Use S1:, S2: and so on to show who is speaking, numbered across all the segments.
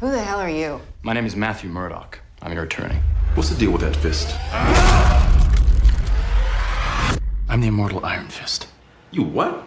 S1: Who the hell are you?
S2: My name is Matthew Murdoch. I'm your attorney.
S3: What's the deal with that fist?
S2: I'm the immortal Iron Fist.
S3: You what?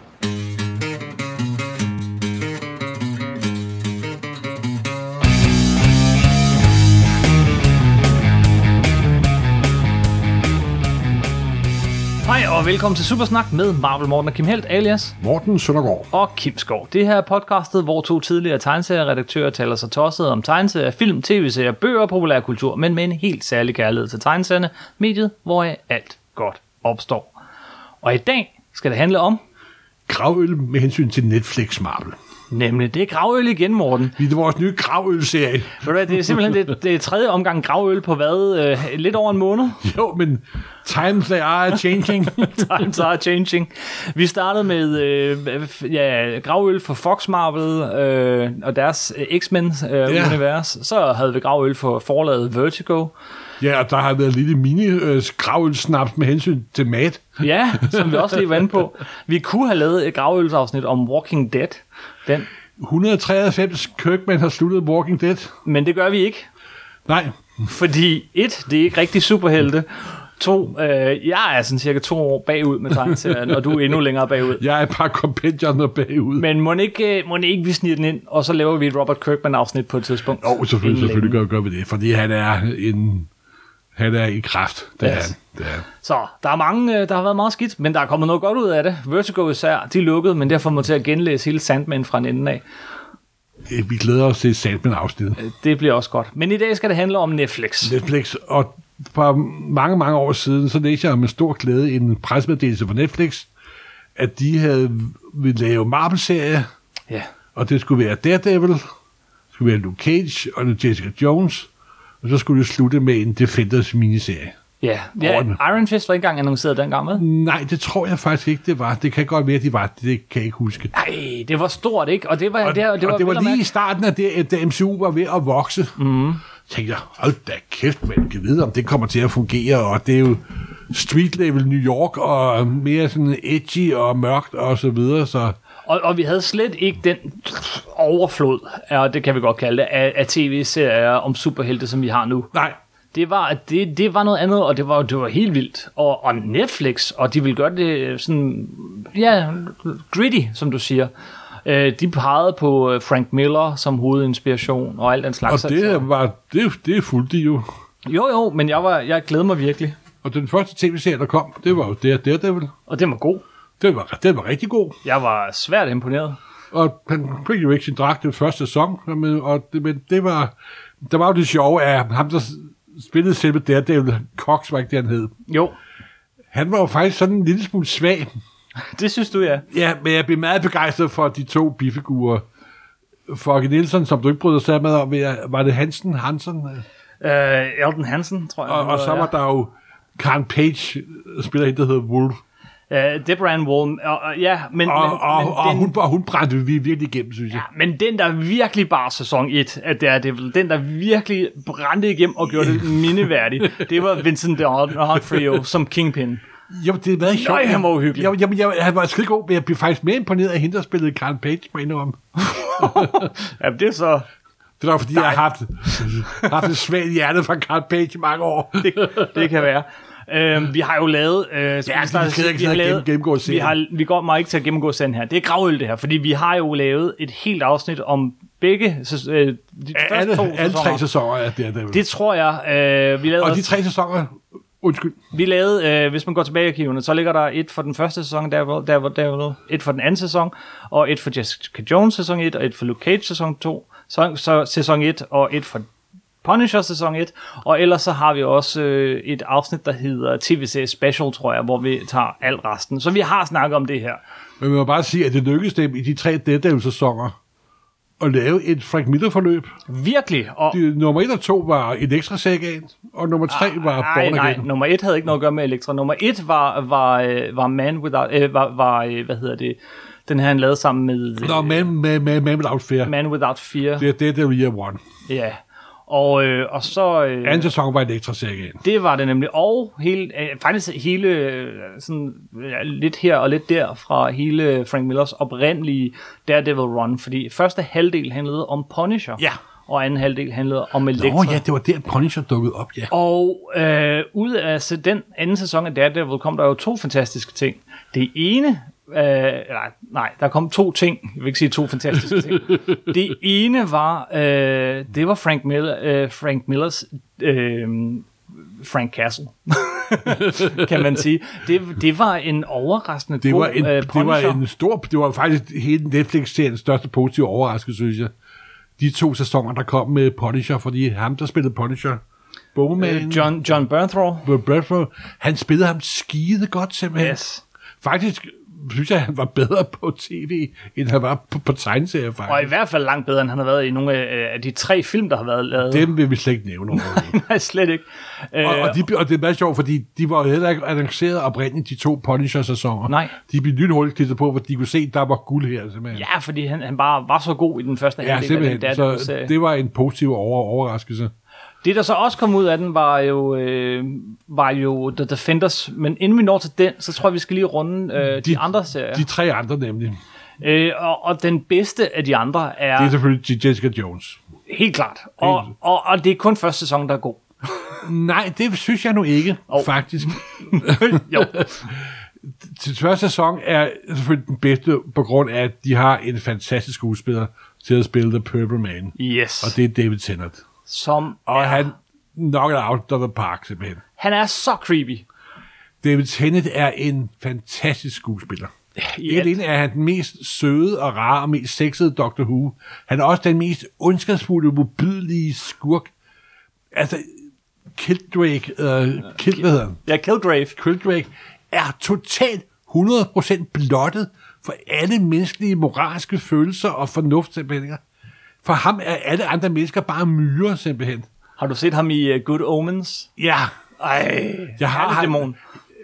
S4: Hej og velkommen til Supersnak med Marvel Morten og Kim Helt alias
S5: Morten Søndergaard.
S4: og Kim Skov. Det her er podcastet, hvor to tidligere tegneserieredaktører taler sig tosset om tegneserier, film, tv-serier, bøger og populærkultur, men med en helt særlig kærlighed til tegneserierne, mediet, hvor alt godt opstår. Og i dag skal det handle om,
S5: Gravøl med hensyn til Netflix Marvel.
S4: nemlig det er gravøl igen, Morten.
S5: Vi er vores nye gravølserie.
S4: Ved du hvad, det er simpelthen det, det er tredje omgang gravøl på hvad? Øh, lidt over en måned?
S5: Jo, men times they are changing.
S4: Times are changing. Vi startede med øh, f- ja, gravøl for Fox Marvel øh, og deres øh, X-Men-univers.
S5: Ja.
S4: Øh, univers. Så havde vi gravøl for forlaget Vertigo.
S5: ja, og der har været lidt mini øh, gravølsnaps med hensyn til mat.
S4: Ja, som vi også lige var inde på. Vi kunne have lavet et gravølsafsnit om Walking Dead, den,
S5: 193 Kirkman har sluttet Walking Dead.
S4: men det gør vi ikke.
S5: Nej,
S4: Fordi et, det er ikke rigtig superhelte. To, øh, jeg er sådan cirka to år bagud med tegneserien, og du er endnu længere bagud.
S5: jeg er et par kompendierne bagud. Men,
S4: Men må ikke, må ikke vi sniger den ind, og så laver vi et Robert Kirkman-afsnit på et tidspunkt?
S5: jo, selvfølgelig,
S4: Inden
S5: selvfølgelig
S4: længe.
S5: gør, gør vi det, fordi han er en... Han er i kraft. Det er,
S4: Ja.
S5: han. det er. han.
S4: Så der er mange, øh, der har været meget skidt, men der er kommet noget godt ud af det. Vertigo især, de er lukket, men derfor må til at genlæse hele Sandman fra en ende af.
S5: Øh, Vi glæder os til Sandman-afsnittet.
S4: Det bliver også godt. Men i dag skal det handle om Netflix.
S5: Netflix, og for mange, mange år siden, så læste jeg med stor glæde en pressemeddelelse fra Netflix, at de havde ville lave Marvel-serie,
S4: Ja.
S5: og det skulle være Daredevil, det skulle være Luke Cage og nu Jessica Jones, og så skulle det slutte med en Defenders-miniserie.
S4: Ja. ja
S5: Orden.
S4: Iron Fist var ikke engang annonceret dengang, med.
S5: Nej, det tror jeg faktisk ikke, det var. Det kan godt være, de var. Det kan jeg ikke huske.
S4: Nej, det var stort, ikke? Og det var,
S5: Og,
S4: det, det var,
S5: og det var
S4: vel at
S5: lige i
S4: mærke- Mhm.
S5: starten af det, at da MCU var ved at vokse. Mm. Tænkte jeg, hold da kæft, man kan vide, om det kommer til at fungere. Og det er jo street level New York, og mere sådan edgy og mørkt og så videre. Så
S4: Og, og vi havde slet ikke den overflod, og det kan vi godt kalde det, af, af tv-serier om superhelte, som vi har nu.
S5: nej,
S4: Det var, det, det var noget andet, og det var, det var helt vildt. Og, og Netflix, og de ville gøre det sådan, ja, gritty, som du siger. Øh, de pegede på øh, Frank Miller som hovedinspiration og alt den
S5: og
S4: slags.
S5: det var, det, det fulgte de jo.
S4: Jo, jo, men jeg, var, jeg glæder mig virkelig.
S5: Og den første tv-serie, der kom, det var jo der, Daredevil.
S4: Og det var god.
S5: Den var, den var rigtig god.
S4: Jeg var svært imponeret.
S5: Og han fik jo ikke sin dragt den første sæson, men, og det, men det var, der var jo det sjove af ham, der spillede selve Daredevil, Cox var ikke det, han hed.
S4: Jo,
S5: Han var jo faktisk sådan en lille smule svag.
S4: det synes du, ja.
S5: Ja, men jeg blev meget begejstret for de to bifigurer. Folke Nielsen, som du ikke bryder sig med, om, var det Hansen, Hansen?
S4: Øh, Elton Hansen, tror jeg.
S5: Og, og så var der jo Karen Page, spiller hende, der hedder
S4: der...
S5: Wolf.
S4: Øh, Debran Wall. Og, og, ja, men,
S5: Og,
S4: men,
S5: og,
S4: men
S5: og,
S4: den-
S5: hun, og hun brændte vi virkelig igennem, synes jeg.
S4: Men den, der virkelig bar sæson 1 af Daredevil, den, der virkelig brændte igennem og gjorde det mindeværdigt, det var Vincent D'Onofrio som Kingpin.
S5: Jo, det er meget sjovt.
S4: han var uhyggelig.
S5: Jo, jamen, jeg, han var skide god, men jeg blev faktisk mere imponeret af hende, der spillede Karen Page, må jeg indrømme.
S4: Ja, det er så...
S5: Det var, fordi Nej. jeg har haft, haft et svagt hjerte fra Karen Page i mange år.
S4: Det, det kan være. Øhm, vi har jo lavet... Øh, ja,
S5: vi skal ikke sidde og gennem- gennemgå
S4: vi,
S5: serien.
S4: har, vi går meget ikke til at gennemgå serien her. Det er gravøl, det her, fordi vi har jo lavet et helt afsnit om begge... sæs- Øh, de første
S5: Alle,
S4: to
S5: alle tre
S4: sæsoner.
S5: sæsoner af Daredevil.
S4: Det tror jeg, øh, vi lavede
S5: Og
S4: også-
S5: de tre sæsoner, undskyld,
S4: Vi lavede, øh, hvis man går tilbage i arkiverne, så ligger der et for den første sæson, der var, der var, der var et for den anden sæson, og et for Jessica Jones sæson 1, og et for Luke Cage sæson 2, så, så sæson 1, og et for Punisher sæson 1, og ellers så har vi også øh, et afsnit, der hedder tv-serie Special, tror jeg, hvor vi tager alt resten. Så vi har snakket om det her.
S5: Men man må bare sige, at det lykkedes dem i de tre Daredevil-sæsoner at lave et Frank Miller-forløb.
S4: Virkelig, og...
S5: Det, nummer 1 og 2 var en ekstra sækkan, og nummer 3 var
S4: Ah, Nej,
S5: Born
S4: nej,
S5: Again.
S4: nummer et havde ikke noget at gøre med Elektra. Nummer et var, var, øh, var Man Without... Øh, var, var, øh, hvad hedder det? Den her, han lavede sammen med... øh,
S5: Nå, man, man, man, man without fear.
S4: Man Without Fear.
S5: Det er Daredevil Year 1.
S4: Ja, og, øh, og så... Øh,
S5: Anden sæson var en ekstra sækkan.
S4: det var det nemlig, og hele, øh, faktisk hele, øh, sådan, øh, lidt her og lidt der fra hele Frank Millers oprindelige Daredevil Run, fordi første halvdel handlede om Punisher.
S5: Ja.
S4: og anden halvdel handlede om Elektra.
S5: Nå ja, det var der Punisher dukkede op, ja.
S4: Og øh, ud af så den anden sæson af Daredevil kom der jo to fantastiske ting. Det ene, øh, nej, nej, der kom to ting. Jeg vil ikke sige to fantastiske ting. Det ene var, øh, det var Frank, Miller, øh, Frank Millers øh, Frank Castle, kan man sige. Det, det var en overraskende
S5: Det
S4: god
S5: var, en,
S4: øh,
S5: det var
S4: Punisher.
S5: en stor, det var faktisk hele Netflix-seriens største positive overraskelse, synes jeg. De to sæsoner, der kom med Punisher, fordi ham, der spillede Punisher, Bomberman,
S4: Øh, John, John Bernthal.
S5: John Bradford, han spillede ham skide godt simpelthen.
S4: Yes.
S5: Faktisk synes jeg, han var bedre på tv, end han var på, på tegneserier,
S4: Og i
S5: faktisk.
S4: hvert fald langt bedre, end han har været i nogle af, af de tre film, der har været lavet.
S5: Dem vil vi slet ikke nævne overhovedet.
S4: Nej, slet ikke.
S5: Og,
S4: Øh,
S5: og, de, og det er meget sjovt, fordi de var jo heller ikke annonceret oprindeligt, de to Punisher-sæsoner.
S4: Nej.
S5: De blev lynhurtigt klistret på, fordi de kunne se, at der var guld her, simpelthen.
S4: Ja, fordi han, han bare var så god i den første
S5: ja
S4: halvdel af den
S5: simpelthen.
S4: der,
S5: Så det var en positiv over, overraskelse.
S4: det, der så også kom ud af den, var jo, øh, var jo The Defenders. Men inden vi når til den, så tror jeg, vi skal lige runde øh, de, de andre serier.
S5: De tre andre nemlig. Det
S4: De, øh, og, og den bedste af de andre er,
S5: er selvfølgelig Jessica Jones.
S4: helt klart. Og, og, og det er kun første sæson, der er god.
S5: Nej, det synes jeg nu ikke, oh. faktisk.
S4: jo,
S5: Til første sæson er selvfølgelig den bedste, på grund af, at de har en fantastisk skuespiller til at spille The Purple Man.
S4: yes.
S5: Og det er David Tennant.
S4: Som,
S5: Og ja. han knocked out of the park, simpelthen.
S4: han er så creepy.
S5: David Tennant er en fantastisk skuespiller.
S4: I
S5: Ikke
S4: alt.
S5: alene er han den mest søde og rare og mest sexede Dr. Who, han er også den mest ondskabsfulde, mobidelige skurk. Altså, Kildrake, øh, Kild, hvad hedder han?
S4: Ja, Kilgrave.
S5: Kildrake er totalt 100% blottet for alle menneskelige moralske følelser og fornuftsempeltninger. For ham er alle andre mennesker bare myrer, simpelthen.
S4: Har du set ham i uh, Good Omens?
S5: Ja,
S4: Ej,
S5: jeg har...
S4: han, dæmon.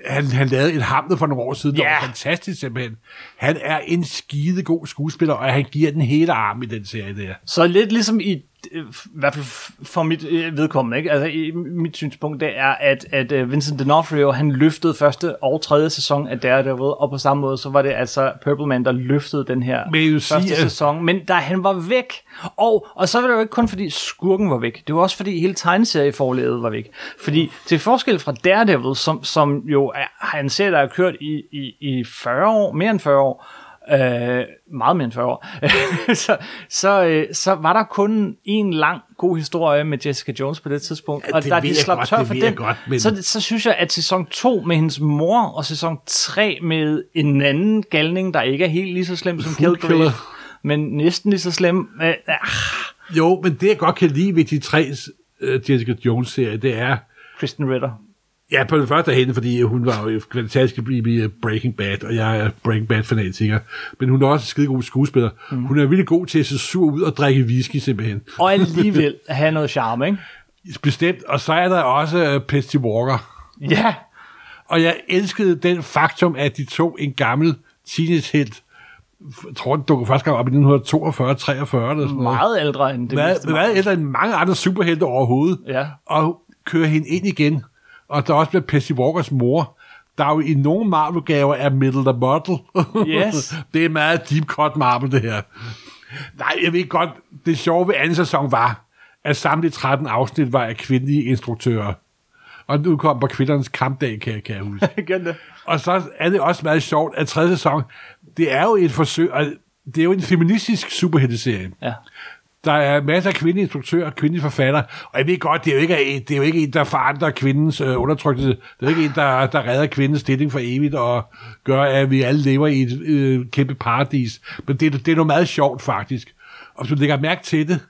S5: han, han lavede et hamlet for nogle år siden,
S4: Ja.
S5: yeah. der var fantastisk simpelthen. Han er en skide god skuespiller, og han giver den hele arm i den serie der.
S4: Så lidt ligesom i, øh, i hvert fald f- for mit øh, vedkommende, ikke? Altså, i, mit synspunkt det er, at, at øh, Vincent D'Onofrio, han løftede første og tredje sæson af Daredevil, og på samme måde, så var det altså Purple Man, der løftede den her
S5: Men jeg vil
S4: første
S5: sige, at-
S4: sæson, men da han var væk, og, og så var det jo ikke kun fordi skurken var væk, det var også fordi hele tegneserieforlevet var væk, fordi til forskel fra Daredevil, som, som jo er, har en serie, der er kørt i, i, i 40 år, mere end 40 år, øh, meget mere end 40 år, så, så, øh, så var der kun en lang god historie med Jessica Jones på det tidspunkt,
S5: Ja,
S4: og
S5: det
S4: da
S5: ved
S4: de
S5: jeg
S4: slap
S5: godt,
S4: tør
S5: det
S4: for
S5: ved jeg
S4: den,
S5: godt, men-
S4: så, så synes jeg, at sæson 2 med hendes mor, og sæson 3 med en anden galning, der ikke er helt lige så slem som
S5: Food
S4: Kilgrave,
S5: killer.
S4: men næsten lige så slem. Øh, ah,
S5: Jo, men det jeg godt kan lide ved de tre øh, Jessica Jones-serier, det er,
S4: Kristen Ritter.
S5: ja, på den første hende, fordi hun var jo fantastisk i i Breaking Bad, og jeg er Breaking Bad-fanatiker, men hun er også en skide god skuespiller. Mm. Hun er virkelig god til at se sur ud og drikke whisky simpelthen.
S4: Og alligevel have noget charme, ikke?
S5: Bestemt, og så er der også øh, Pesty Walker.
S4: Ja,
S5: Og jeg elskede den faktum, at de tog en gammel teenagehelt, jeg tror, den dukkede første gang op i 1942-43 eller sådan noget.
S4: meget ældre end det
S5: Meget,
S4: meste.
S5: meget ældre end mange andre superhelte overhovedet.
S4: Ja.
S5: Og kører hende ind igen. Og der er også bliver Percy Walkers mor, der jo i nogle Marvel-gaver er middle the model.
S4: Yes.
S5: det er meget deep cut Marvel, det her. Nej, jeg ved godt, det sjove ved anden sæson var, at samtlige 13 afsnit var af kvindelige instruktører. Og den udkom på kvindernes kampdag, kan jeg, kan jeg huske.
S4: Igen det.
S5: Og så er det også meget sjovt, at tredje sæson, det er jo et forsøg, og det er jo en feministisk superhelteserie.
S4: Ja.
S5: Der er masser af kvindelige instruktører, kvindelige forfattere, og jeg ved godt, det er jo ikke, en- det er jo ikke en, der forandrer kvindens øh, undertrykkelse. Det er jo ikke en, der, der redder kvindens stilling for evigt og gør, at vi alle lever i et øh, kæmpe paradis. Men det, er- det er noget meget sjovt, faktisk. Og hvis du lægger mærke til det,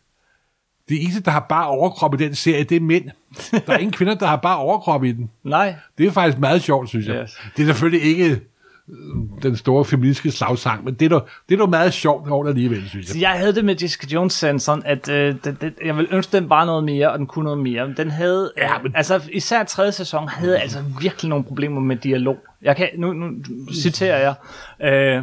S5: det eneste, der har bare overkrop i den serie, det er mænd. Der er ingen kvinder, der har bare overkrop i den.
S4: Nej.
S5: Det er faktisk meget sjovt, synes jeg.
S4: Yes.
S5: Yes. Det er selvfølgelig ikke øh, den store feministiske slagsang, men det er dog, det er dog meget sjovt over det alligevel, synes jeg.
S4: Altså, Jeg havde det med Jessica Jones sådan, at øh, det, det, jeg ville ønske den bare noget mere, og den kunne noget mere. Men Den havde, ja,
S5: Ja,
S4: men...
S5: men- Mm.
S4: altså især tredje sæson, havde altså virkelig nogle problemer med dialog. Jeg kan, nu, nu citerer jeg. Øh,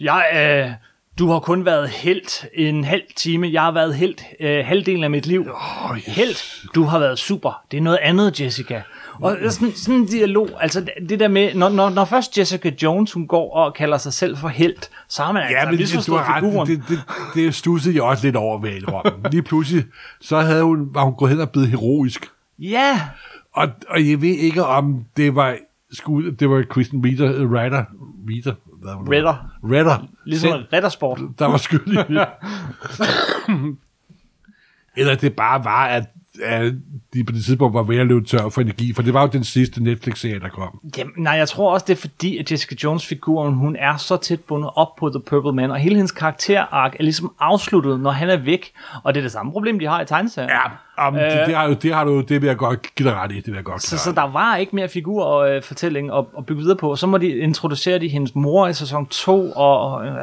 S4: jeg, øh, Du har kun været helt en halv time. Jeg har været helt øh, halvdelen af mit liv. Oh,
S5: yes.
S4: Helt. Du har været super. Det er noget andet, Jessica. Og
S5: Mm.
S4: sådan, sådan en dialog, altså det der med, når, når, når først Jessica Jones, hun går og kalder sig selv for helt, så har man
S5: Ja,
S4: altså
S5: men det, du
S4: misforstået
S5: har ret.
S4: figuren.
S5: Det, det, det stussede jeg også lidt over ved Elrom. Lige pludselig, så havde hun, var hun gået hen og blevet heroisk.
S4: Ja,
S5: Og, og jeg ved ikke, om det var skud, det var Kristen Ritter, øh, Ritter, Ritter, hvad var det?
S4: Ritter.
S5: Ritter,
S4: ligesom
S5: selv,
S4: en riddersport.
S5: der var skyldig. i det. Eller det bare var, at, at de på det tidspunkt var ved at løbe tør for energi, for det var jo den sidste Netflix-serie, der kom.
S4: Jamen, nej, jeg tror også, det er fordi, at Jessica Jones-figuren, hun er så tæt bundet op på The Purple Man, og hele hendes karakterark er ligesom afsluttet, når han er væk. Og det er det samme problem, de har i tegneserien.
S5: Ja, om, øh, det, det, har, jo- det har du, det vil jeg godt give dig ret i, det vil jeg godt
S4: Så,
S5: så,
S4: så der var ikke mere figur og øh, fortælling at, at bygge videre på. Så må de introducere de hendes mor i sæson 2 og... Øh,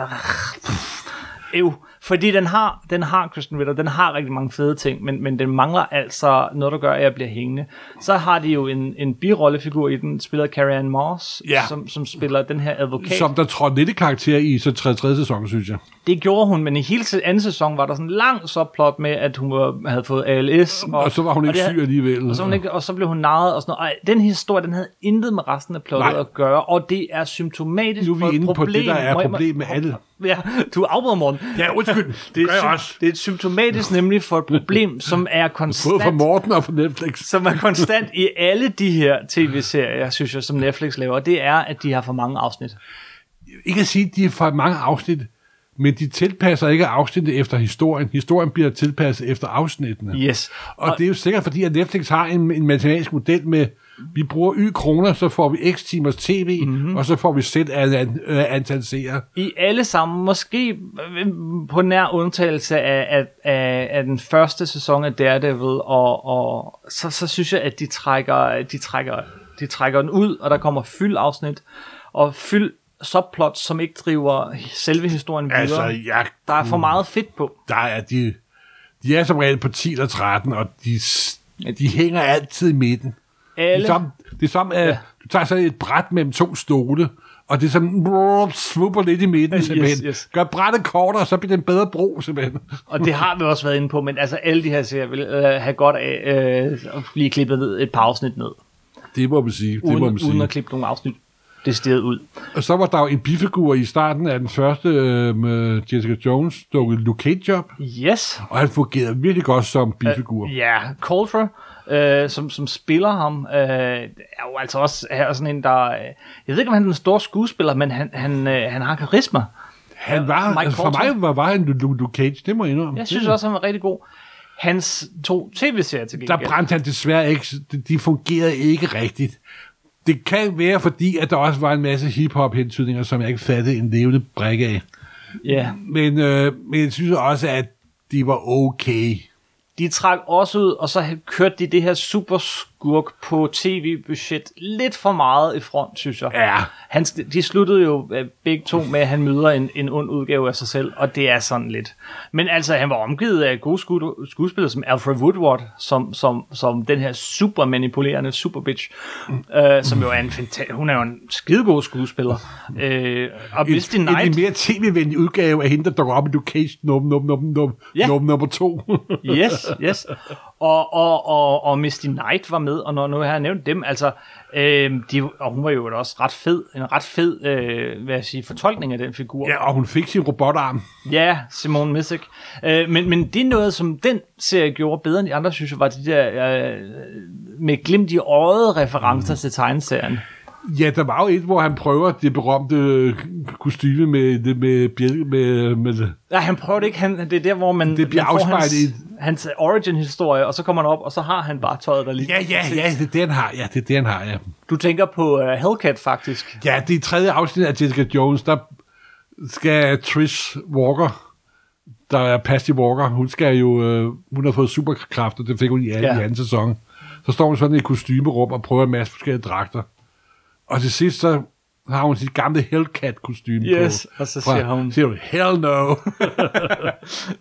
S4: pff, ew. Fordi den har, den har Kristen Ritter, den har rigtig mange fede ting, men, men den mangler altså noget, der gør, at jeg bliver hængende. Så har de jo en, en birollefigur i den, spiller Carrie Ann Moss,
S5: Ja.
S4: som, som spiller den her advokat.
S5: Som der trådte lidt i karakter i så 63. sæson, synes jeg.
S4: Det gjorde hun, men i hele se- anden sæson var der sådan en lang subplot med, at hun var, havde fået ALS. Og,
S5: Og så var hun ikke
S4: det havde-
S5: syg alligevel.
S4: Og så, var hun ikke, og så blev hun narret og sådan noget. Ej, den historie, den havde intet med resten af plottet
S5: Nej.
S4: at gøre, og det er symptomatisk
S5: Nu er vi
S4: for et
S5: inde på det,
S4: problem.
S5: der er
S4: Må jeg-
S5: problem med alle.
S4: Ja, du afbryder morgen.
S5: Ja, undskyld.
S4: Det
S5: Gør jeg
S4: er,
S5: også.
S4: det er symptomatisk nemlig for et problem, som er
S5: Både for
S4: konstant
S5: Morten og for Netflix.
S4: som er konstant i alle de her tv-serier, synes jeg, som Netflix laver, det er, at de har for mange afsnit.
S5: Ikke at sige, at de er for mange afsnit, men de tilpasser ikke afsnittet efter historien. Historien bliver tilpasset efter afsnittene.
S4: Yes.
S5: Og, og det er jo sikkert, fordi at Netflix har en, en matematisk model med, vi bruger y kroner, så får vi x timers tv,
S4: Mhm.
S5: mm-hmm. og så får vi sæt af an, øh, antal seere.
S4: I alle sammen, måske øh, på nær undtagelse af, af, af, af den første sæson af Daredevil, og, og så, så synes jeg, at de trækker, de, trækker, de trækker den ud, og der kommer fyld afsnit, og fyld subplots, som ikke driver selve historien videre.
S5: Altså, jeg,
S4: der er for meget fedt på.
S5: der er de, de er som regel på 10 eller 13, og de, s- de hænger altid i midten. Det
S4: Alle,
S5: er som, det er som ja. du tager så et bræt mellem to stole, og det er som, brrr, svupper lidt i midten,
S4: Yes,
S5: simpelthen.
S4: yes.
S5: Gør brættet kortere, så bliver det en bedre bro, simpelthen.
S4: og det har vi også været inde på, men altså alle de her serier vil øh, have godt af øh, at blive klippet ned, et par afsnit ned,
S5: Det må man sige. Det må man
S4: uden, uden
S5: sige.
S4: at klippe nogle afsnit decideret ud.
S5: Og så var der jo en bifigur i starten af den første øh, med Jessica Jones, dukket Luke Cage-job,
S4: Yes.
S5: og han fungerede virkelig godt som bifigur.
S4: Ja, Colfer, øh, som, som spiller ham, øh, er jo altså også er sådan en, der... Øh, jeg ved ikke, om han er den store skuespiller, men han, han, øh, han har karisma.
S5: han var,
S4: Mike
S5: altså, for
S4: Colton.
S5: mig var, var han Lu- Lu- Luke Cage, det må jeg indrømme.
S4: Jeg synes også, han var rigtig god. Hans to tv-serier til
S5: der
S4: gengæld.
S5: brændte han desværre ikke, de- de fungerede ikke rigtigt. Det kan være, fordi at der også var en masse hip-hop-hentydninger, som jeg ikke fattede en levende brik af.
S4: Ja.
S5: Men, øh, men jeg synes også, at de var okay.
S4: De trak også ud, og så kørte de det her superskurk på tv-budget lidt for meget i front, synes jeg.
S5: Ja.
S4: Han, de sluttede jo øh, begge to med, at han møder en, en ond udgave af sig selv, og det er sådan lidt. Men altså, han var omgivet af gode sku, skuespillere som Alfred Woodward, som, som, som den her super manipulerende superbitch, øh, som jo er en fanta- hun er jo en skidegod skuespiller. Øh, og Misty
S5: en, en,
S4: Knight,
S5: en mere tv-venlig udgave af hende, der dukker op i Luke Cage num, num, num, num,
S4: Ja.
S5: yeah. num, nummer to.
S4: yes, yes. Og, og, og, og Misty Knight var med, og når nu har jeg nævnt dem, altså, øh, de, og hun var jo også ret fed, en ret fed, øh, hvad jeg sige, fortolkning af den figur.
S5: ja, og hun fik sin robotarm.
S4: Ja, Simone Missick. Øh, men, men det er noget, som den serie gjorde bedre end de andre, synes jeg, var de der øh, med glimt i øjet referencer mm. til tegneserien.
S5: Ja, der var jo et, hvor han prøver det berømte øh, kostyme med, med, med, bjæl- med, med
S4: Nej, han prøver det ikke. Han, det er der, hvor man,
S5: Det bliver
S4: man får hans,
S5: afspejlet
S4: hans origin-historie, og så kommer han op, og så har han bare tøjet der lige.
S5: Ja, ja, ja, det er det, han har. Ja, det er det, han har, ja.
S4: Du tænker på uh, Hellcat, faktisk.
S5: Ja, det er tredje afsnit af Jessica Jones, der skal Trish Walker, der er Patty Walker, hun skal jo, øh, hun har fået superkræfter, det fik hun i, ja. i
S4: Ja.
S5: anden sæson. Så står hun sådan i et kostymerum og prøver en masse forskellige dragter. Og til sidst så har hun sit gamle hellcat kostume
S4: Yes,
S5: på.
S4: og så siger hun-
S5: Siger hun, hell no.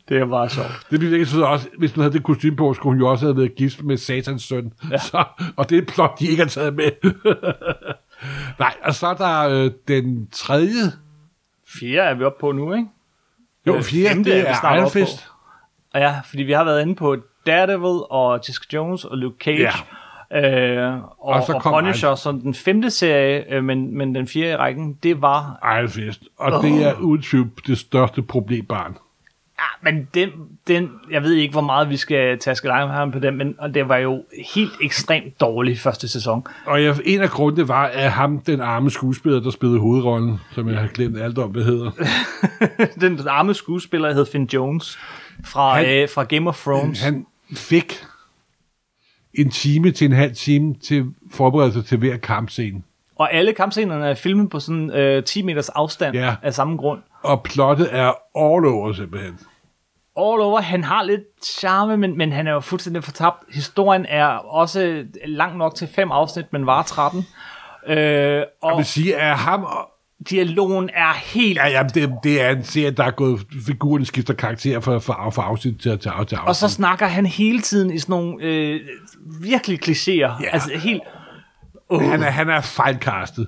S4: Det er bare sjovt.
S5: det bliver ikke sådan også, hvis hun havde det kostume på, skulle hun jo også have været gift med satans søn. Ja. Så, og det er et plot, de ikke har taget med. Nej, og så er der øh, den tredje
S4: Fire er vi oppe på nu, ikke? Øh,
S5: Jo, fjerde,
S4: femte,
S5: Øh, det
S4: vi
S5: er
S4: snart
S5: Iron
S4: oppe på.
S5: Fist.
S4: Og ja, fordi vi har været inde på Daredevil og Jessica Jones og Luke Cage. Ja. Øh, og, og,
S5: så
S4: og
S5: kom
S4: Punisher som den femte serie, øh, men, men den fjerde i rækken, det var...
S5: Iron Fist. Og det er uden tvivl det største problembarn.
S4: Ja, men den, den, jeg ved ikke, hvor meget vi skal taske dig ham på den, men og det var jo helt ekstremt dårlig første sæson.
S5: Og jeg, en af grundene var, at ham, den arme skuespiller, der spillede hovedrollen, som jeg har glemt alt om, hvad hedder.
S4: den arme skuespiller hed Finn Jones fra,
S5: Han-
S4: han, øh, fra Game of Thrones. Han,
S5: Han fik en time til en halv time til forberedelse til hver kampscene.
S4: og alle kampscenerne er filmet på sådan øh, 10 meters afstand
S5: Ja.
S4: af samme grund.
S5: Og plottet er all over simpelthen.
S4: all over. Han har lidt charme, men, men han er jo fuldstændig fortabt. Historien er også lang nok til fem afsnit, men var 13. Øh,
S5: Jeg
S4: og
S5: vil sige, at ham... Og,
S4: dialogen er helt...
S5: ja, ja, det, det, er en serie, der er gået... Figuren skifter karakter fra, fra, fra afsnit til, til, til afsnit.
S4: Og så snakker han hele tiden i sådan nogle øh, virkelig klichéer. Altså helt... Uh,
S5: Han er, han er fejlkastet.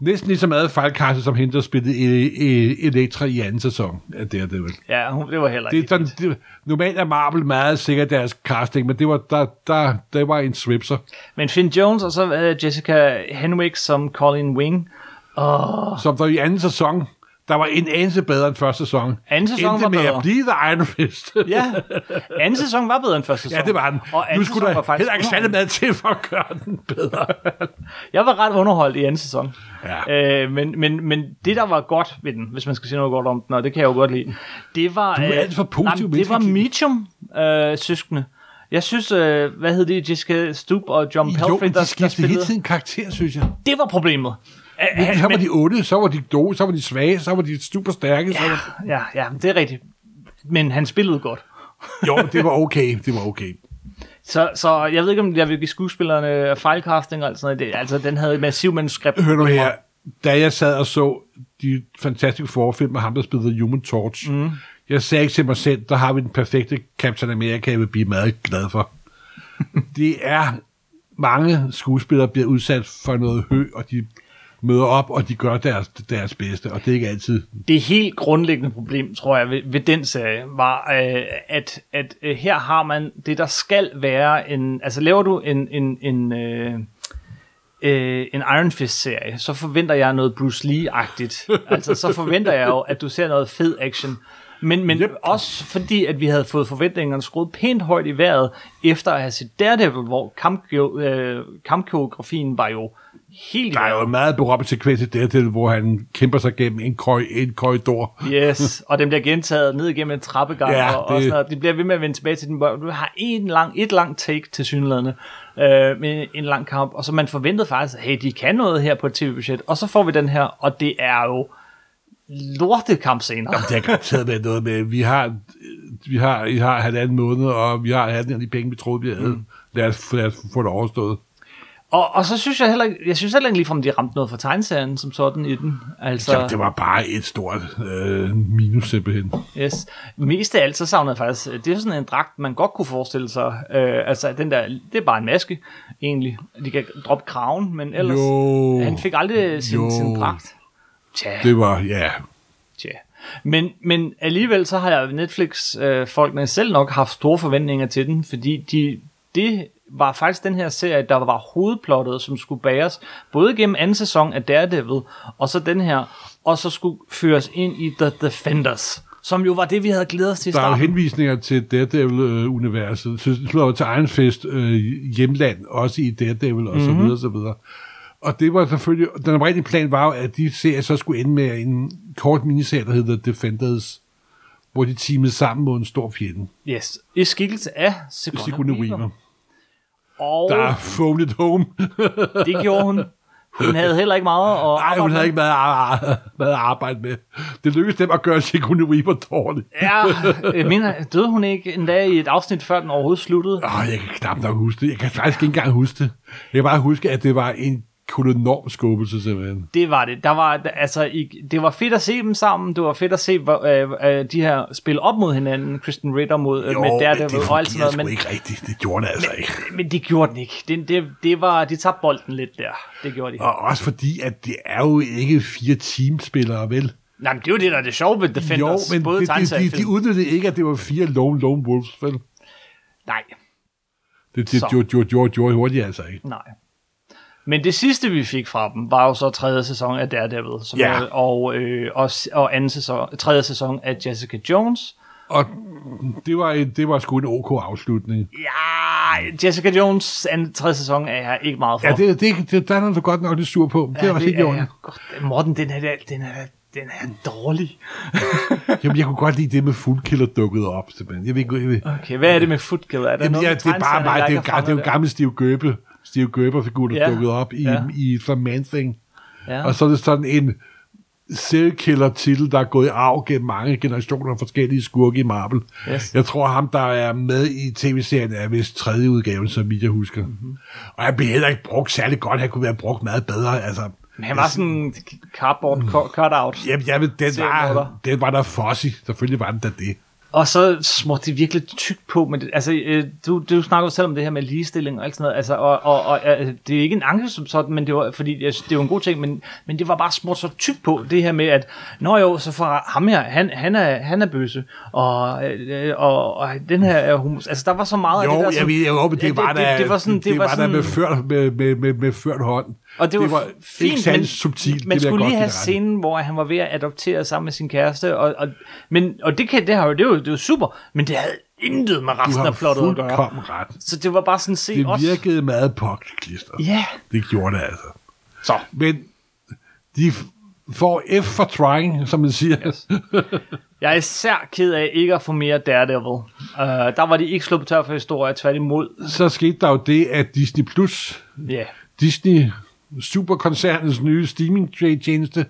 S5: Næsten lige så meget fejlkastet, som hende, der spillede i, i Elektra i anden sæson. Ja, det er det vel.
S4: ja, hun, det var heller
S5: Det er
S4: ikke...
S5: sådan, det, normalt er Marvel meget sikkert deres casting, men det var, der, der, der var en swipser.
S4: Men Finn Jones og så øh, Jessica Henwick som Colin Wing.
S5: Som der i anden sæson, der var en anelse bedre end første sæson.
S4: Anden sæson
S5: Endte
S4: var
S5: med
S4: bedre.
S5: at blive The Iron Fist.
S4: Ja, anden sæson var bedre end første sæson.
S5: ja det var den.
S4: Og anden
S5: nu skulle
S4: sæson var
S5: der
S4: faktisk
S5: heller ikke særlig
S4: underholdende.
S5: meget til for at gøre den bedre.
S4: Jeg var ret underholdt i anden sæson.
S5: Ja.
S4: Øh, men, men, men det, der var godt ved den, hvis man skal sige noget godt om den, og det kan jeg jo godt lide, det var... Du
S5: er alt for positiv
S4: Det
S5: menneske,
S4: var
S5: Kim.
S4: Medium-søskende. jeg synes, øh, hvad hed det, Jessica Stoop og John
S5: Jo,
S4: Pelfrey,
S5: men
S4: der,
S5: de
S4: der
S5: skiftede hele
S4: spillede.
S5: tiden karakter, synes jeg.
S4: Det var problemet. Øh,
S5: Så var de onde, så var de gode, så var de svage, så var de super stærke. Så var de...
S4: ja, ja, det er rigtigt. Men han spillede godt.
S5: Jo, det var okay, det var okay.
S4: Så, så jeg ved ikke, om jeg vil give skuespillerne øh, fejlcasting og alt sådan noget. Det, altså, den havde et massivt manuskript.
S5: Hør nu her, da jeg sad og så de fantastiske forfilm med ham, der spillede Human Torch, mm. jeg sagde ikke til mig selv, der har vi den perfekte Captain America, jeg vil blive meget glad for. det er, mange skuespillere bliver udsat for noget hø, og de møder op, og de gør deres, deres bedste, og det er ikke altid.
S4: det helt grundlæggende problem, tror jeg, ved, ved den serie, var, øh, at, at øh, her har man det, der skal være en... Altså laver du en, en, en, øh, øh, en Iron Fist-serie, så forventer jeg noget Bruce Lee-agtigt. altså, så forventer jeg jo, at du ser noget fed action. Men, men yep. også fordi, at vi havde fået forventningerne skruet pænt højt i vejret, efter at have set Daredevil, hvor kampgeo- øh, kampkoreografien var jo helt... i
S5: Der er jo en meget berømt sekvens i det, til, hvor han kæmper sig gennem en, køj, en korridor.
S4: Yes, og den bliver gentaget ned igennem en trappegang
S5: Ja,
S4: ja, og, og
S5: det-
S4: sådan noget. Det bliver ved med at vende tilbage til den. hvor Du har en lang, et langt take til synlædende øh, med en lang kamp, og så man forventede faktisk, at hey, de kan noget her på et tv-budget, og så får vi den her, og det er jo lorte kampscener.
S5: Det har garanteret været noget med, vi har, vi har, vi har halvanden måned, og vi har halvanden af de penge, vi troede, vi havde. Mm. Lad, os, lad os få det overstået.
S4: Og, og så synes jeg heller ikke, jeg synes heller ikke ligefrem, de ramte noget fra tegneserien som sådan i den. Altså,
S5: Så... Jamen, det var bare et stort øh, minus simpelthen.
S4: Yes. Mest af alt, så savnede jeg faktisk, øh, det er sådan en dragt, man godt kunne forestille sig. Øh, altså, den der, det er bare en maske, egentlig. De kan droppe kraven, men ellers...
S5: Jo.
S4: Han fik aldrig sin,
S5: Jo.
S4: sin dragt. Tja,
S5: Det var, ja.
S4: tja. Men, men alligevel, så har jeg Netflix-folkene selv nok haft store forventninger til den, fordi de, det var faktisk den her serie, der var hovedplottet, som skulle bæres, både gennem anden sæson af Daredevil, og så den her, og så skulle føres ind i The Defenders, som jo var det, vi havde glædet os til i
S5: Der er jo
S4: starten.
S5: henvisninger til Daredevil-universet. Så slår jo til Iron Fist øh, hjemland, også i Daredevil, og så videre, og så videre. Og det var selvfølgelig, den oprindelige plan var jo, at de serier så skulle ende med en kort miniserie, der hedder Defenders, hvor de teamede sammen mod en stor fjende,
S4: Yes, i skikkelse af Sigourney,
S5: Sigourney Weaver.
S4: Weaver. Og
S5: Der er phone it home.
S4: det gjorde hun. Hun havde heller ikke meget at
S5: Nej,
S4: arbejde
S5: hun havde
S4: med.
S5: ikke meget, ar- meget at arbejde med. Det lykkedes dem at gøre Sigourney Weaver dårlig.
S4: Ja, jeg mener, døde hun ikke endda i et afsnit, før den overhovedet sluttede?
S5: Åh, jeg kan knap nok huske det. Jeg kan faktisk ikke engang huske det. Jeg kan bare huske, at det var en kolonorm skubbelse, simpelthen.
S4: Det var det. Der var, altså, i, det var fedt at se dem sammen. Det var fedt at se hvor, øh, øh, de her spille op mod hinanden. Kristen Ritter mod øh, med Daredevil og alt sådan noget. Men,
S5: ikke rigtigt. Det gjorde det altså ikke.
S4: men det gjorde den ikke. Det, det, det var, de tabte bolden lidt der. Det gjorde de.
S5: Og også fordi, at det er jo ikke fire teamspillere, vel?
S4: Nej, men det er jo det, der er det sjove ved
S5: Jo,
S4: Defenders.
S5: men
S4: både
S5: det, det, de, de
S4: tegneseriefilm-
S5: udnyttede ikke, at det var fire lone, lone wolves, vel?
S4: Nej,
S5: Det, det
S4: Så.
S5: gjorde, gjorde, gjorde, gjorde hurtigt altså ikke.
S4: nej. Men det sidste, vi fik fra dem, var jo så tredje sæson af Daredevil, som
S5: Ja.
S4: er, og, øh, og, s- og anden sæson, tredje sæson af Jessica Jones.
S5: Og det var, en, det var sgu en ok afslutning.
S4: Ja, Jessica Jones anden, tredje sæson er jeg ikke meget for.
S5: Ja, det, det, det, der er du godt nok lidt sur på. Det er også ikke i orden.
S4: jeg godt. Morten, den er, da- den er, da- den er dårlig.
S5: Jamen, jeg kunne godt lide det med fuldkiller dukket op, simpelthen. Jeg ved ikke, jeg ved,
S4: Okay, hvad Øh, er det med Footkill? Er der
S5: Jamen,
S4: noget
S5: ja,
S4: med
S5: det er bare
S4: tegneserierne,
S5: mig.
S4: jeg
S5: Det er jo,
S4: ikke har
S5: ga- det er jo
S4: fanget
S5: gammel Steve Gøbe. Steve Gøber-figur, der
S4: Ja,
S5: ja. dukkede op i,
S4: ja.
S5: ja. i The Man Thing.
S4: der? Ja.
S5: Og så er det sådan en serial titel der er gået i arv gennem mange generationer af forskellige skurke i Marvel.
S4: Yes.
S5: Jeg tror, ham, der er med i tv-serien, er vist tredje udgaven, som vidt jeg husker. Mm-hmm.
S4: Mhm.
S5: Og han blev heller ikke brugt særlig godt. Han kunne være brugt meget bedre. Altså,
S4: Men han var sådan en cardboard co- cutout.
S5: Jamen, jamen den,
S4: Seriemorder.
S5: var, den var der fossi. Selvfølgelig var den da det.
S4: Og så smurt det virkelig tykt på. Men det, altså, øh, du, du snakker jo selv om det her med ligestilling og alt sådan noget. Altså, og, og, og øh, det er ikke en anke som sådan, men det var, fordi jeg, synes, det var en god ting, men, men det var bare smurt så tykt på, det her med, at når jo, så fra ham her, han, han, er, han er bøsse, og, øh, og, og, den her er homo. Altså, der var så meget af
S5: Jo,
S4: det der...
S5: jeg
S4: som-
S5: ved, jeg håber, det,
S4: Ja,
S5: det, var da,
S4: det, det var sådan, det, var,
S5: det var
S4: sådan,
S5: da med ført, med, med, med, med ført hånd.
S4: Og det,
S5: det var
S4: fint,
S5: ikke særlig
S4: men-
S5: subtilt.
S4: Man
S5: det vil jeg
S4: skulle lige
S5: godt give
S4: have
S5: dig ret i.
S4: scenen, hvor han var ved at adoptere sammen med sin kæreste, og, og, men, og det, kan, det, har jo, det, er jo, det er jo super, men det havde intet med
S5: Du
S4: resten
S5: har
S4: af plottet at gøre.
S5: fuldkommen ret.
S4: Så det var bare sådan, se
S5: Det
S4: os.
S5: virkede meget poktklister.
S4: Ja.
S5: Det gjorde det altså.
S4: Så.
S5: Men de f- får F for trying, som man siger. Yes.
S4: Jeg er især ked af ikke at få mere Daredevil. Uh, der var de ikke sluppet tør for historier, tværtimod.
S5: Så skete der jo det, at Disney Plus,
S4: Ja. Yeah.
S5: Disney superkoncernens nye streaming-tjeneste,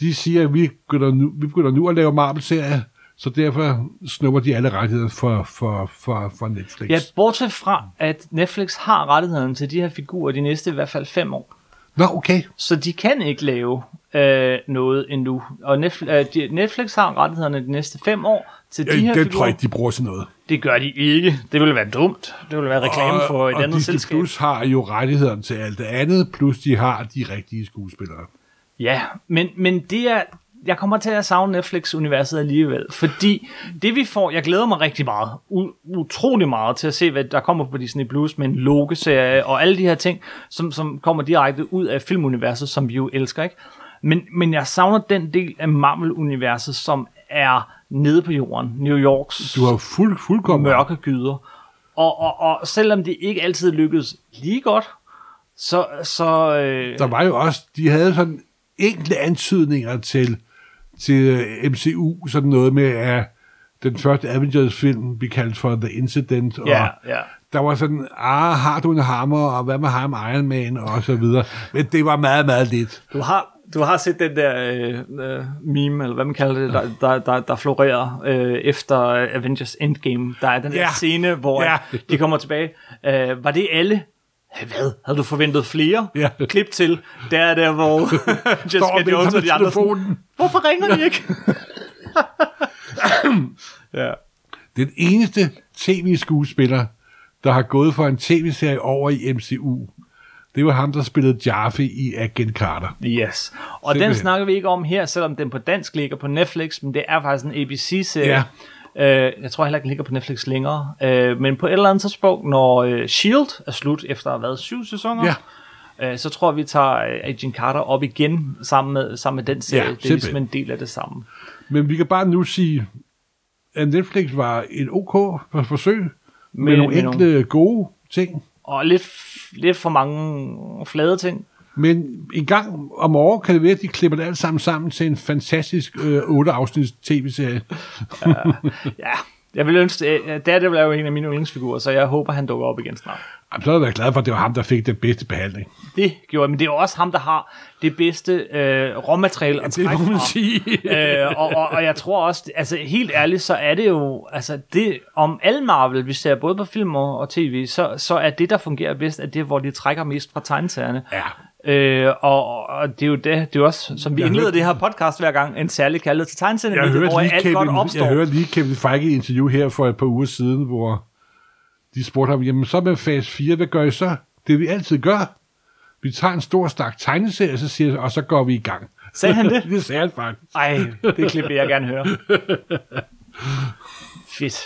S5: de siger, at vi begynder nu, vi begynder nu at lave Marvel-serier, så derfor snupper de alle rettigheder for, for, for, for Netflix.
S4: Ja, bortset fra, at Netflix har rettigheden til de her figurer de næste i hvert fald fem år.
S5: Nå, okay.
S4: Så de kan ikke lave øh, noget endnu. Og Netflix, øh, de- Netflix har rettighederne de næste fem år til de her
S5: Øh, den
S4: figurer.
S5: tror jeg ikke, de bruger til noget.
S4: Det gør de ikke. Det ville være dumt. Det ville være reklame
S5: Og-
S4: for et
S5: og
S4: andet
S5: Disney
S4: selskab.
S5: Plus har jo rettighederne til alt det andet, plus de har de rigtige skuespillere.
S4: Ja, men, men det er... Jeg kommer til at savne Netflix-universet alligevel, fordi det vi får, jeg glæder mig rigtig meget, u- utrolig meget til at se, hvad der kommer på Disney Plus med en Loke-serie og alle de her ting, som, som kommer direkte ud af filmuniverset, som vi jo elsker, ikke? Men, men jeg savner den del af Marvel-universet, som er nede på jorden, New Yorks
S5: Du har fuld, fuldkommen
S4: mørke gyder. Og, og, og selvom det ikke altid lykkedes lige godt, så, så øh,
S5: der var jo også, de havde sådan enkelte antydninger til, til øh, MCU, sådan noget med, at den første Avengers-film blev kaldt for The Incident, og
S4: Ja, ja.
S5: der var sådan, ah, har du en hammer, og hvad med ham, Iron Man, og så videre. Men det var meget, meget lidt.
S4: du, har, du har set den der øh, øh, meme, eller hvad man kalder det, der, der, der, der florerer øh, efter Avengers Endgame. Der er den her
S5: Ja.
S4: scene, hvor
S5: Ja.
S4: at de kommer tilbage. Øh, var det alle? Hvad? Havde du forventet flere?
S5: Ja.
S4: Klip til. Der er der, hvor
S5: Står og
S4: Jessica Jones
S5: venter
S4: og
S5: med
S4: de andre... sådan,
S5: telefonen.
S4: Hvorfor ringer de ikke? ja.
S5: Den eneste tv-skuespiller, der har gået fra en tv-serie over i MCU, det var ham, der spillede Jaffe i Agent Carter.
S4: Yes. Og den
S5: Simpelthen.
S4: snakker vi ikke om her, selvom den på dansk ligger på Netflix, men det er faktisk en ABC-serie.
S5: Ja.
S4: Øh, jeg tror heller ikke, den ligger på Netflix længere. Øh, men på et eller andet tidspunkt, når øh, S.H.I.E.L.D. er slut efter at have været syv sæsoner, øh, så tror jeg, vi tager øh, Agent Carter op igen sammen med, sammen med den serie.
S5: Ja,
S4: det er ligesom
S5: simpelthen.
S4: en del af det samme.
S5: Men vi kan bare nu sige, at Netflix var et ok for- forsøg med,
S4: Med-
S5: med nogle
S4: med
S5: enkelte gode ting.
S4: Og lidt, f- lidt for mange flade ting.
S5: Men en gang om året kan det være, at de klipper det alt sammen sammen til en fantastisk øh, 8-afsnits tv-serie.
S4: Ja, jeg vil ønske, øh, Daredevil er jo en af mine yndlingsfigurer, så jeg håber, han dukker op igen snart.
S5: Jamen, så er jeg været glad for, at det var ham, der fik den bedste behandling.
S4: Det gjorde jeg, men det er jo også ham, der har det bedste øh, råmateriale at
S5: Det
S4: trække
S5: må man
S4: fra.
S5: sige.
S4: øh, og, og, og jeg tror også, altså helt ærligt, så er det jo, altså det, om alle Marvel, vi ser både på film og, og tv, så, så er det, der fungerer bedst, at det, hvor de trækker mest fra tegneserierne.
S5: Ja.
S4: Øh, og, og- og det er jo det, det er jo også, som vi
S5: Jeg
S4: indleder
S5: hørte-
S4: det her podcast hver gang, en særlig kaldet til
S5: Jeg
S4: tegneserierne, hvor
S5: hørte, lige
S4: alt
S5: Kevin,
S4: godt opstår.
S5: jeg hørte lige Kevin Feige i et interview her for et par uger siden, hvor de spurgte ham, jamen så med fase 4, hvad gør I så? Det vi altid gør. Vi tager en stor stak tegneserie, så siger, og så går vi i gang.
S4: Sagde han det?
S5: Det sagde han faktisk.
S4: Ej, det klip vil jeg gerne høre. Fedt.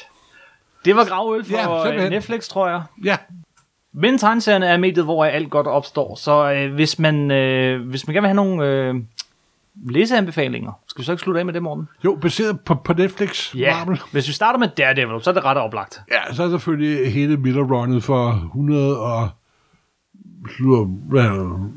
S4: Det var gravøl
S5: Ja,
S4: for ja,
S5: simpelthen.
S4: Netflix, tror jeg.
S5: Ja,
S4: Men tegneserierne er mediet, hvor alt godt opstår, så øh, hvis, man, øh, hvis man gerne vil have nogle øh, læseanbefalinger, skal vi så ikke slutte af med det, Morten?
S5: jo, baseret på, på Netflix. Marvel.
S4: Hvis vi starter med Daredevil, så er det ret oplagt.
S5: Ja, så er selvfølgelig hele Miller-runnet for 100 og... slutter- hvad er det?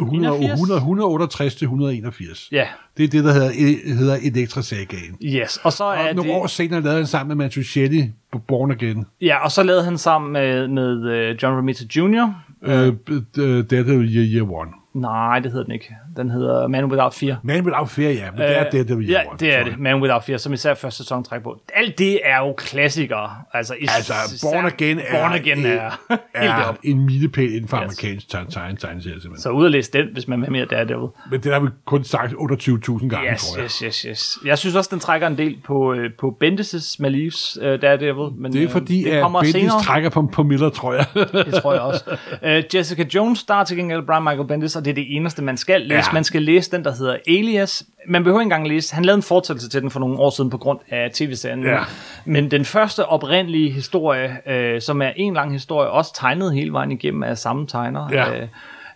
S5: 100,
S4: 81?
S5: 100, 168 til 181.
S4: Ja,
S5: Det er det, der hedder, hedder Elektra Sagaen.
S4: yes. Og så er
S5: Og nogle
S4: det,
S5: år senere lavede han sammen med Mancusetti på Born Again.
S4: ja, og så lavede han sammen med, med øh, John Romita Jr.
S5: Øh, øh, Daredevil Year, Year One.
S4: Nej, det hedder den ikke. Den hedder Man Without Fear. Øh,
S5: Man Without Fear, ja, men det er Daredevil
S4: ja,
S5: Year One.
S4: det er
S5: tror jeg.
S4: det. Man Without Fear, som især første sæson træk på. Alt det er jo klassikere. Altså, is-
S5: Altså, Born Again er,
S4: Born Again er,
S5: er,
S4: helt
S5: er
S4: deroppe.
S5: en milepæl inden for
S4: Yes.
S5: amerikansk tegne- tegne- tegneserie, simpelthen.
S4: Så ud og læse den, hvis man vil have mere Daredevil.
S5: Men det har vi kun sagt 28.000 gange,
S4: Yes,
S5: tror jeg.
S4: yes, yes, yes. Jeg synes også, den trækker en del på, øh, på Bendis' Malifs øh, Daredevil. Men,
S5: Det er
S4: øh,
S5: fordi,
S4: det
S5: at
S4: kommer
S5: Bendis
S4: senere.
S5: trækker på, på Miller, tror jeg.
S4: Det tror jeg også. Uh, Jessica Jones starter til gengæld Brian Michael Bendis, og det er det eneste, man skal læse. Ja.
S5: Ja.
S4: Man skal læse den, der hedder Alias. Man behøver ikke engang læse. Han lavede en fortællelse til den for nogle år siden på grund af tv-serien.
S5: Ja.
S4: Men den første oprindelige historie, øh, som er en lang historie, også tegnet hele vejen igennem af samme tegner,
S5: Ja.
S4: øh,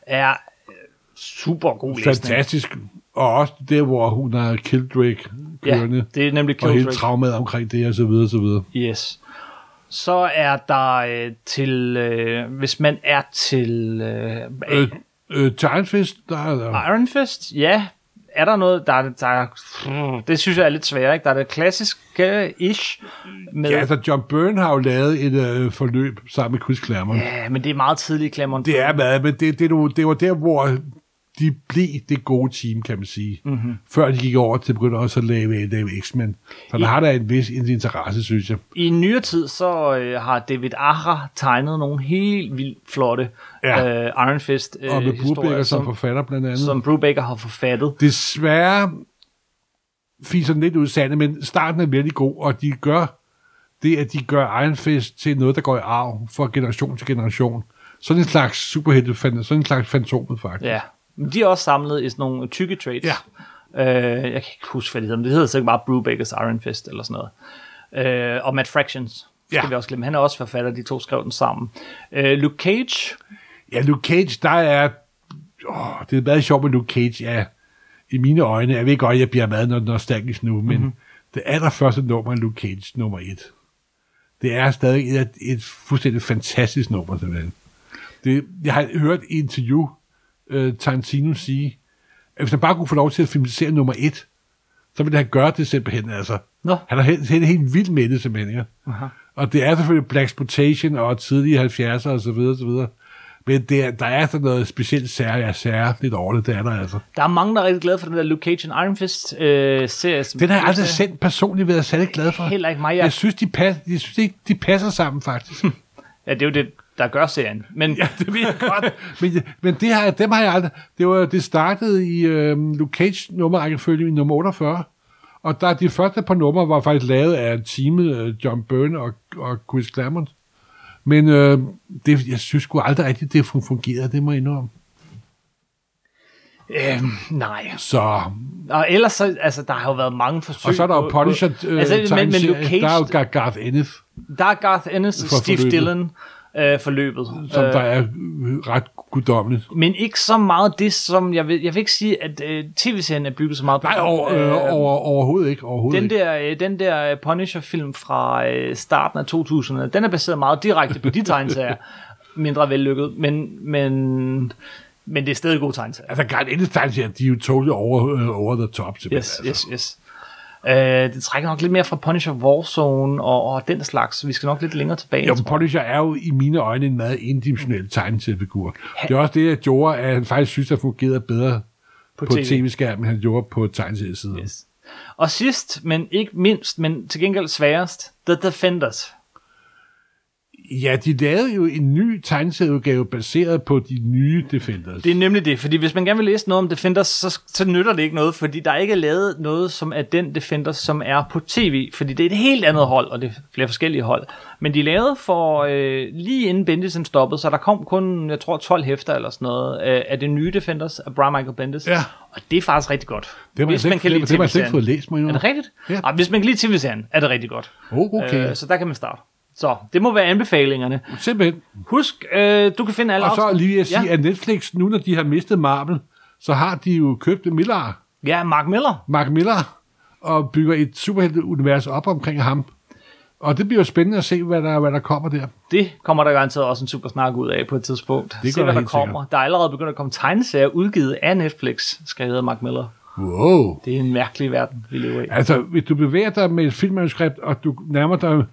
S4: er øh, super god læsning.
S5: Fantastisk. Og også der, hvor hun har Kildrake kørende.
S4: Ja, det er nemlig
S5: og hele
S4: Kildrake.
S5: traumet omkring det, og så videre, og så videre.
S4: Yes. Så er der øh, til, øh, hvis man er til øh,
S5: Øh, øh, Giant Fist, der er der.
S4: Iron Fist, ja. Er der noget, der, er- der, er- det synes jeg er lidt sværere, ikke? Der er det klassiske ish med...
S5: Ja,
S4: Ja,
S5: altså John Byrne har jo lavet et øh, forløb sammen med Chris Claremont.
S4: ja men det er meget tidligt, Clermont.
S5: Det er meget, men det, det, nu- det var der, hvor de blev det gode team, kan man sige.
S4: Mhm.
S5: Mm-hmm. Før de gik over til at begynde også at lave, lave X-Men. Så der har der en vis interesse, synes jeg.
S4: I nyere tid, så øh, har David Ara tegnet nogle helt vildt flotte
S5: Ja.
S4: ja. øh, Iron Fist øh,
S5: Og med
S4: historier,
S5: Brubaker som
S4: som,
S5: forfatter blandt andet.
S4: som Brubaker har forfattet.
S5: desværre fiser den lidt ud i sandet, men starten er virkelig god, og de gør det, at de gør Iron Fist til noget, der går i arv fra generation til generation. Sådan en slags superhelte, fan- sådan en slags fantomet faktisk.
S4: Ja. Men de er også samlet i sådan nogle tykke trades.
S5: Ja.
S4: Øh, jeg kan ikke huske, hvad de hedder, men det hedder sikkert bare Brewbakers Iron Fist eller sådan noget. Øh, og Matt Fractions skal
S5: Ja.
S4: vi også glemme. Han er også forfatter, de to skrev den sammen. Øh, Luke Cage,
S5: Ja, Luke Cage, der er... Åh, det er meget sjovt med Luke Cage, ja. I mine øjne, jeg ved godt, at jeg bliver meget når nostalgisk nu, men mm-hmm. det allerførste nummer er Luke Cage, nummer et. Det er stadig et, et fuldstændig fantastisk nummer, simpelthen. Det, jeg har hørt i et interview, øh, Tarantino sige, at hvis han bare kunne få lov til at filmatisere nummer et, så ville han gøre det simpelthen, altså.
S4: Nå.
S5: Han er helt, helt, helt vild med det, simpelthen, ikke? Og det er selvfølgelig Black Exploitation og tidlige 70'er og så videre, og så videre. Men det er, der er sådan noget specielt særligt ja, sær lidt over det, det er der altså.
S4: der er mange, der er rigtig glade for den der Luke Cage and Iron Fist-serie. Øh, serie, som-
S5: Den har jeg aldrig selv personligt været særlig glad for.
S4: Heller ikke mig, ja.
S5: Jeg synes, de, passer, jeg synes ikke, de passer sammen, faktisk.
S4: Ja, det er jo det, der gør serien. Men ja.
S5: det ved jeg godt. Men, men det har, jeg- dem har jeg aldrig... Det, var, det startede i øh, Luke Cage nummer, rækkefølge i nummer 48. Og der, de første par numre var faktisk lavet af teamet øh, John Byrne og, og Chris Claremont. Men øh, det, jeg synes sgu aldrig rigtigt, det fun- fungerede, det må jeg indrømme.
S4: Øhm, nej.
S5: Så
S4: Og ellers, så, altså, der har jo været mange forsøg.
S5: Og så er der jo
S4: på-
S5: Punisher
S4: på-
S5: øh,
S4: altså, men, men Luke Cage,
S5: Der er jo Gar- Garth Ennis,
S4: der er Garth Ennis og
S5: For
S4: Steve
S5: forløbet.
S4: Dillon øh, forløbet.
S5: som der er øh, ret guddommeligt.
S4: Men ikke så meget det, som jeg vil, jeg vil ikke sige, at øh, tv-serien er bygget så meget på.
S5: Nej, over, øh, over, overhovedet ikke. Overhovedet
S4: Øhm, den
S5: ikke.
S4: der, øh, den der øh, Punisher-film fra øh, starten af 2000'erne, den er baseret meget direkte på de tegneserier. Mindre vellykket, men, men, men det er stadig gode tegneserier.
S5: Altså, Garth Ennis tegneserier, de er jo totally over, øh, over the top. simpelthen,
S4: Yes,
S5: altså.
S4: yes, yes. Øh, det trækker nok lidt mere fra Punisher Warzone og, og den slags. Vi skal nok lidt længere tilbage. tror
S5: Jo, men
S4: jeg.
S5: Punisher er jo i mine øjne en meget indimensionel tegneseriefigur. Det er også det, jeg gjorde, at han faktisk synes, at fungerede bedre på, på
S4: TV.
S5: tv-skærmen, end han gjorde på tegneseriesiden. Yes.
S4: Yes. Og sidst, men ikke mindst, men til gengæld sværest, The Defenders.
S5: Ja, de lavede jo en ny tegneserieudgave baseret på de nye Defenders.
S4: Det er nemlig det, fordi hvis man gerne vil læse noget om Defenders, så, så nytter det ikke noget, fordi der er ikke lavet noget, som er den Defenders, som er på tv, fordi det er et helt andet hold, og det er flere forskellige hold. Men de lavede for øh, lige inden Bendisen stoppede, så der kom kun, jeg tror, 12 hæfter eller sådan noget, øh, af det nye Defenders af Brian Michael Bendis.
S5: Ja.
S4: Og det er faktisk rigtig godt.
S5: Det har man
S4: Hvis
S5: slet ikke-
S4: kan lide
S5: det har man slet ikke
S4: TV-serien.
S5: fået læst, må jeg
S4: Er det
S5: indrømme.
S4: rigtigt?
S5: Ja.
S4: Ah, hvis man kan lide tv-serien, er det rigtig godt.
S5: Oh, okay.
S4: Øh, så der kan man starte. Så det må være anbefalingerne.
S5: Simpelthen.
S4: Husk, øh, du kan finde alle
S5: Og så
S4: afsnit-
S5: lige at sige,
S4: ja.
S5: ja. at Netflix, nu når de har mistet Marvel, så har de jo købt Miller,
S4: ja, Mark Miller.
S5: Mark Miller, og bygger et superhelteunivers op omkring ham. Og det bliver jo spændende at se, hvad der, hvad der kommer der.
S4: Det kommer der garanteret også en super snak ud af på et tidspunkt.
S5: Det
S4: Se,
S5: gør
S4: hvad der
S5: der helt
S4: kommer. Der er allerede begyndt at komme tegneserier udgivet af Netflix, skrevet af Mark Miller.
S5: Wow.
S4: Det er en mærkelig verden, vi lever i.
S5: Altså, hvis du bevæger dig med et filmmanuskript, og du nærmer dig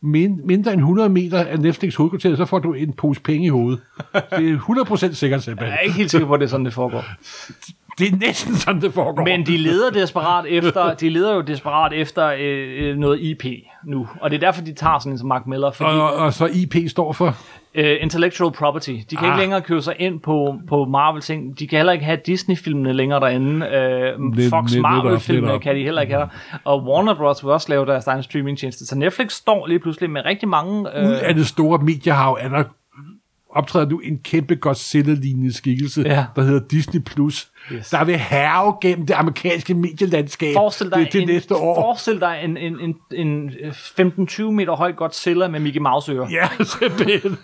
S5: min, mindre end 100 meter af Netflix hovedkvarteret, så får du en pose penge i hovedet. Det er 100% sikkert,
S4: Jeg
S5: simpelthen.
S4: er ikke helt sikker på, at det er sådan, det foregår.
S5: Det er næsten sådan, det foregår.
S4: Men de leder desperat efter, de leder jo desperat efter øh, øh, noget IP nu. Og det er derfor, de tager sådan en som Mark Miller. Fordi
S5: og, og så IP står for...
S4: øh, intellectual property. De kan ah. ikke
S5: Ah.
S4: længere købe sig ind på, på Marvel-ting. De kan heller ikke have Disney-filmene længere derinde. Øh,
S5: Lidt-
S4: Fox
S5: lidt
S4: Marvel-filmene
S5: netop.
S4: kan de heller ikke have der. Og Warner Bros. vil også lave deres egen streamingtjeneste. Så Netflix står lige pludselig med rigtig mange... Øh,
S5: ud af det store mediehav er der optræder nu en kæmpe Godzilla-lignende skikkelse,
S4: Ja.
S5: der hedder Disney+, Plus,
S4: Yes.
S5: yes. der vil herve gennem det amerikanske medielandskab
S4: Forestil dig,
S5: det, det
S4: en,
S5: næste år.
S4: forestil dig en, en, en, en 15-20 meter høj Godzilla med Mickey Mouse ører.
S5: Ja, simpelthen.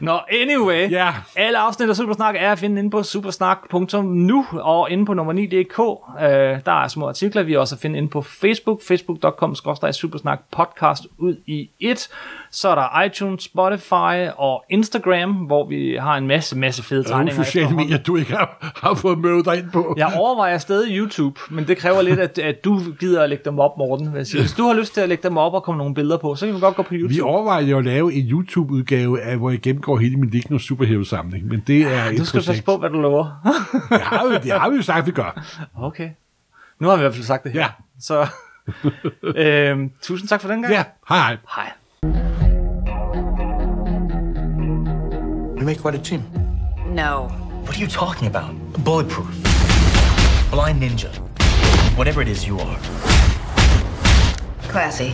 S4: Nå, anyway.
S5: Ja.
S4: Alle afsnit af Supersnak er at finde inde på supersnak.nu og inde på nummer 9.dk. Øh, der er små artikler, vi er også at finde inde på Facebook. facebookcom supersnak podcast ud i et. Så er der iTunes, Spotify og Instagram, hvor vi har en masse, masse fede
S5: Der er nogle
S4: tegninger.
S5: sociale
S4: efterhånden.
S5: medier, du ikke har, har fået møde dig ind på.
S4: Jeg overvejer stadig YouTube, men det kræver lidt, at, at du gider at lægge dem op, Morten. Vil jeg sige. Hvis du har lyst til at lægge dem op og komme nogle billeder på, så kan vi godt gå på YouTube.
S5: Vi overvejer jo at lave en YouTube-udgave, af, hvor jeg gennemgår hele min Digno Superhero-samling, men det er et
S4: Du skal
S5: projekt.
S4: passe på, hvad du lover.
S5: Det har, vi, det har vi jo sagt, vi gør.
S4: Okay. Nu har vi i hvert fald sagt det her.
S5: Ja.
S4: Så øhm, tusind tak for den gang.
S5: Ja, hej hej.
S4: Hej.
S1: We make quite a team.
S6: No.
S1: What are you talking about? Bulletproof. Blind ninja. Whatever it is you are.
S6: Classy.